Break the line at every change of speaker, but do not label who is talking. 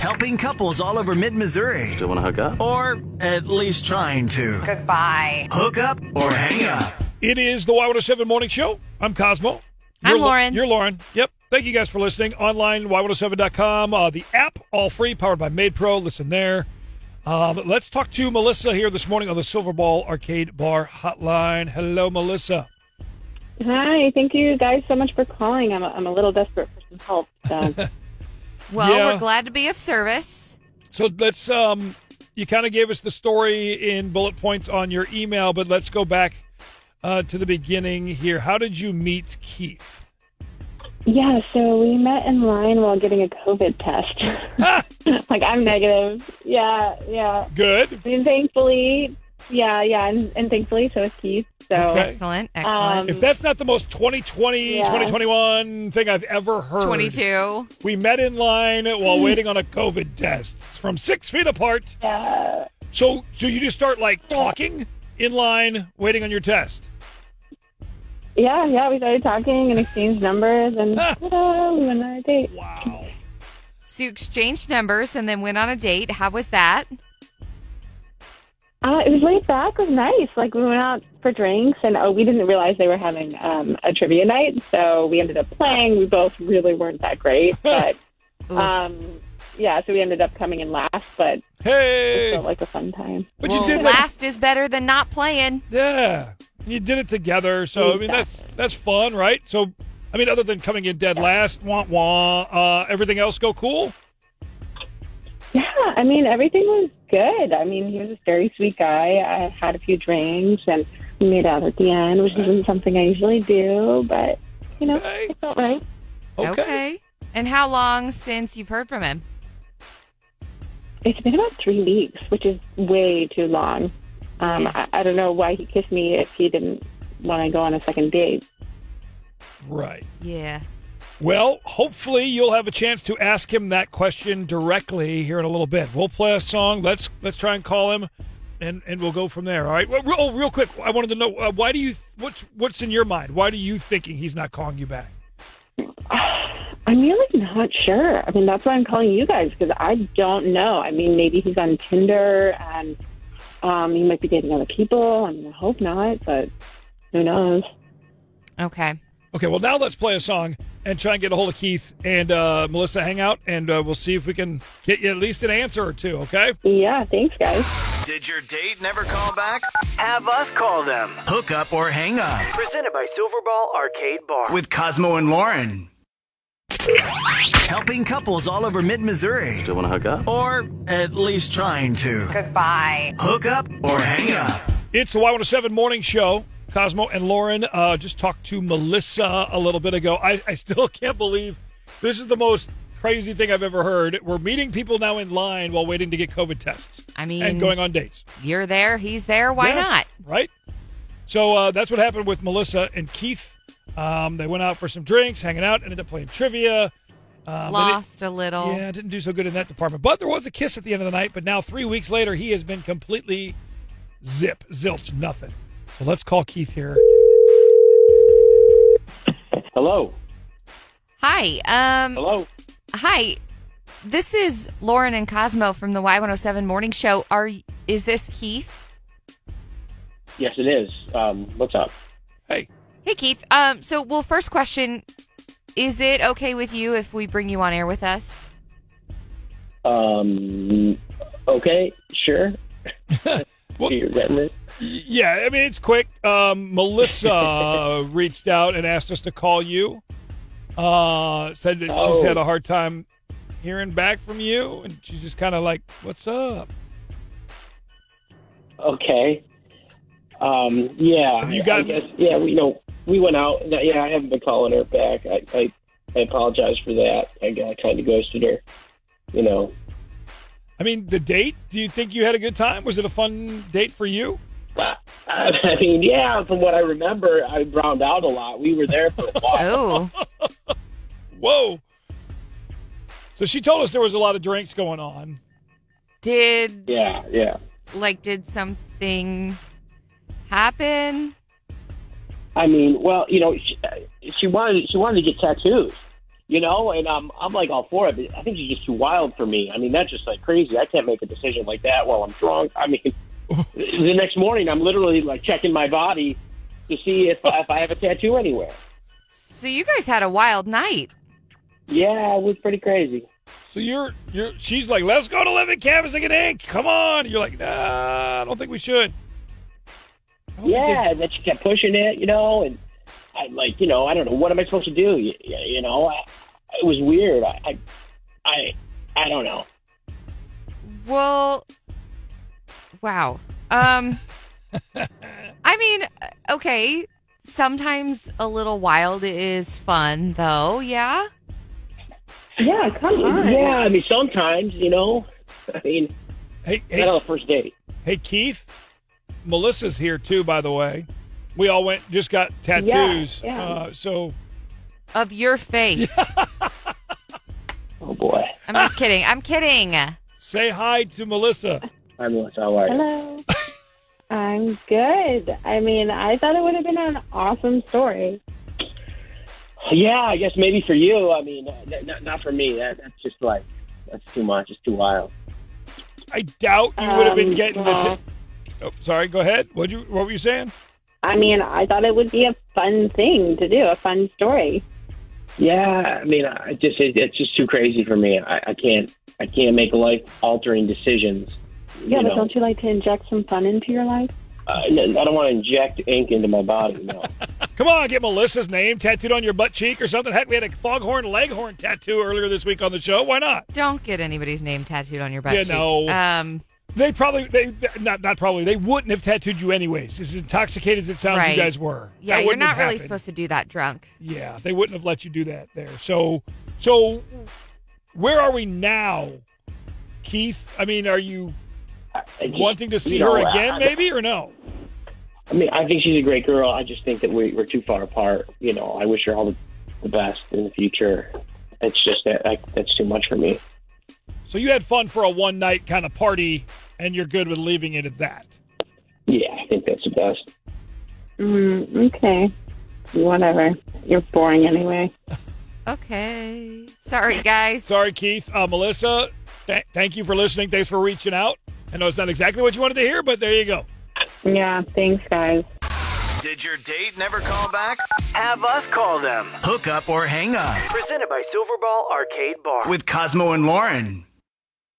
Helping couples all over mid Missouri.
Do you want to hook up?
Or at least trying to.
Goodbye.
Hook up or hang up.
It is the Y107 Morning Show. I'm Cosmo.
I'm
You're Lau-
Lauren.
You're Lauren. Yep. Thank you guys for listening. Online, y107.com. Uh, the app, all free, powered by Made Pro. Listen there. Um, let's talk to Melissa here this morning on the Silver Ball Arcade Bar Hotline. Hello, Melissa.
Hi, thank you guys so much for calling. I'm a, I'm a little desperate for some help. So.
Well,
Yeah.
we're glad to be of service.
So let's, um, you kind of gave us the story in bullet points on your email, but let's go back uh, to the beginning here. How did you meet Keith?
yeah, so we met in line while getting a COVID test. like I'm negative. Yeah, yeah.
Good.
And thankfully, yeah, yeah, and, and thankfully, so is Keith. So
Okay.
Excellent. Excellent.
Um,
If that's not the most 2020,
Yeah.
2021 thing I've ever heard.
22.
We met in line while waiting on a COVID test from six feet apart.
yeah,
So, so you just start like talking in line, waiting on your test.
yeah, yeah. We started talking and exchanged numbers, and ta-da, we went on a date.
Wow.
So you exchanged numbers and then went on a date. How was that?
Uh, it was laid back. It was nice. Like we went out for drinks, and oh, we didn't realize they were having um, a trivia night, so we ended up playing. We both really weren't that great, but
Ooh.
um, yeah, so we ended up coming in last, but
Hey,
still like a fun time.
but
Well,
you did that.
last is better than not playing.
Yeah, you did it together. So I mean, that's that's fun, right? So, I mean, other than coming in dead last, wah wah, uh, everything else go cool.
Yeah, I mean everything was good. I mean he was a very sweet guy. I had a few drinks, and we made out at the end, which isn't something I usually do, but you know
Okay.
it felt right.
And how long since you've heard from him?
It's been about three weeks, which is way too long. Um, I, I don't know why he kissed me if he didn't want to go on a second date.
right.
Yeah.
Well, hopefully you'll have a chance to ask him that question directly here in a little bit. We'll play a song. Let's let's try and call him, and and we'll go from there. All right. Well, real, oh, real quick, I wanted to know uh, why do you what's what's in your mind? Why do you thinking he's not calling you back?
I'm really not sure. I mean, that's why I'm calling you guys because I don't know. I mean, maybe he's on Tinder and um, he might be dating other people. I mean, I hope not, but who knows?
Okay.
Okay. Well, now let's play a song and try and get a hold of Keith and uh, Melissa. Hang out, and uh, we'll see if we can get you at least an answer or two. Okay.
Yeah, thanks, guys.
Did your date never call back?
Have us call them.
Hook up or hang up
Presented by Silverball Arcade Bar.
with Cosmo and Lauren. Helping couples all over mid Missouri.
Do you want to hook up?
Or at least trying to.
Goodbye.
Hook up or hang up.
It's the Y107 Morning Show. Cosmo and Lauren uh, just talked to Melissa a little bit ago. I, I still can't believe this is the most crazy thing I've ever heard. We're meeting people now in line while waiting to get COVID tests
I mean,
and going on dates.
you're there, he's there. Why
Yeah,
not?
Right? So uh, that's what happened with Melissa and Keith. Um, they went out for some drinks, hanging out, ended up playing trivia. Um, they didn't-
Lost a little.
yeah, didn't do so good in that department. But there was a kiss at the end of the night. But now, three weeks later, he has been completely zip, zilch, nothing. So let's call Keith here.
Hello.
Hi. Um.
Hello.
Hi. This is Lauren and Cosmo from the Y107 Morning Show. Are y- is this Keith?
Yes, it is. Um, what's up?
Hey,
Hey Keith. Um. So, well, first question: Is it okay with you if we bring you on air with us?
Um, okay, sure.
Well-
Do you remember it?
Y- yeah, I mean, it's quick. Um, Melissa uh, reached out and asked us to call you. Uh, said that she's
Oh.
had a hard time hearing back from you, and she's just kind of like, What's up?
Okay. Um, yeah.
Have you
I-
gotten-
I guess, yeah, we, you know, we went out. and I- Yeah, I haven't been calling her back. I, I, I apologize for that. I, I kind of ghosted her. You know,
I mean, the date, do you think you had a good time? Was it a fun date for you?
I, I mean, yeah. From what I remember, I browned out a lot. We were there for a while.
Oh,
Whoa. So she told us there was a lot of drinks going on.
did
Yeah, yeah.
like did something happen?
I mean, well, you know, she, she wanted she wanted to get tattoos, You know, and um, I'm like all for it, but I think she's just too wild for me. I mean, that's just like crazy. I can't make a decision like that while I'm drunk. I mean, the next morning, I'm literally like checking my body to see if, if I have a tattoo anywhere.
So you guys had a wild night.
Yeah, it was pretty crazy.
So you're you're she's like, let's go to living canvassing and ink. Come on. And you're like, nah, I don't think we should. I don't think they-
Yeah, and then she kept pushing it, you know, and I like, you know, I don't know what am I supposed to do, you, you know? I, it was weird. I, I, I, I don't know.
Well, wow. Um, I mean, okay. Sometimes a little wild is fun, though. Yeah.
Yeah, come on.
Yeah, I mean, sometimes, you know, I mean,
hey, hey,
not on the first date.
Hey Keith, Melissa's here too. By the way, we all went just got tattoos.
yeah.
Uh, so
Of your face.
Oh boy,
I'm just kidding. I'm kidding.
say hi to Melissa.
I'm Melissa. How are you?
Hello. I'm good. I mean, I thought it would have been an awesome story.
Yeah, I guess maybe for you. I mean, uh, n- n- not for me. That, that's just like that's too much. It's too wild.
I doubt you would have been
Um,
getting the. T- oh, sorry. Go ahead. What you What were you saying?
I mean, I thought it would be a fun thing to do, a fun story.
Yeah, I mean, I just it, it's just too crazy for me. I, I can't I can't make life altering decisions.
Yeah,
you
but
know.
don't you like to inject some fun into your life?
Uh, n- I don't want to inject ink into my body. No.
Come on, get Melissa's name tattooed on your butt cheek or something. Heck, we had a foghorn leghorn tattoo earlier this week on the show. Why not?
Don't get anybody's name tattooed on your butt
Yeah,
cheek.
no.
Um,
They probably they not not probably they wouldn't have tattooed you anyways. As intoxicated as it sounds,
Right.
you guys were.
yeah,
That
you're
wouldn't
not
have
really
happened.
supposed to do that drunk.
Yeah, they wouldn't have let you do that there. So, so where are we now, Keith? I mean, are you
I- I just-
wanting to see
you know,
her again,
I-
maybe, or no?
I mean, I think she's a great girl. I just think that we, we're too far apart. You know, I wish her all the, the best in the future. It's just that I, that's too much for me.
So you had fun for a one night kind of party, and you're good with leaving it at that.
Yeah, I think that's the best.
Mm, okay. Whatever. You're boring anyway.
Okay. Sorry, guys.
Sorry, Keith. Uh, Melissa, th- thank you for listening. Thanks for reaching out. I know it's not exactly what you wanted to hear, but there you go.
Yeah, thanks, guys.
Did your date never call back?
Have us call them.
Hook up or hang up
Presented by Silverball Arcade Bar.
with Cosmo and Lauren.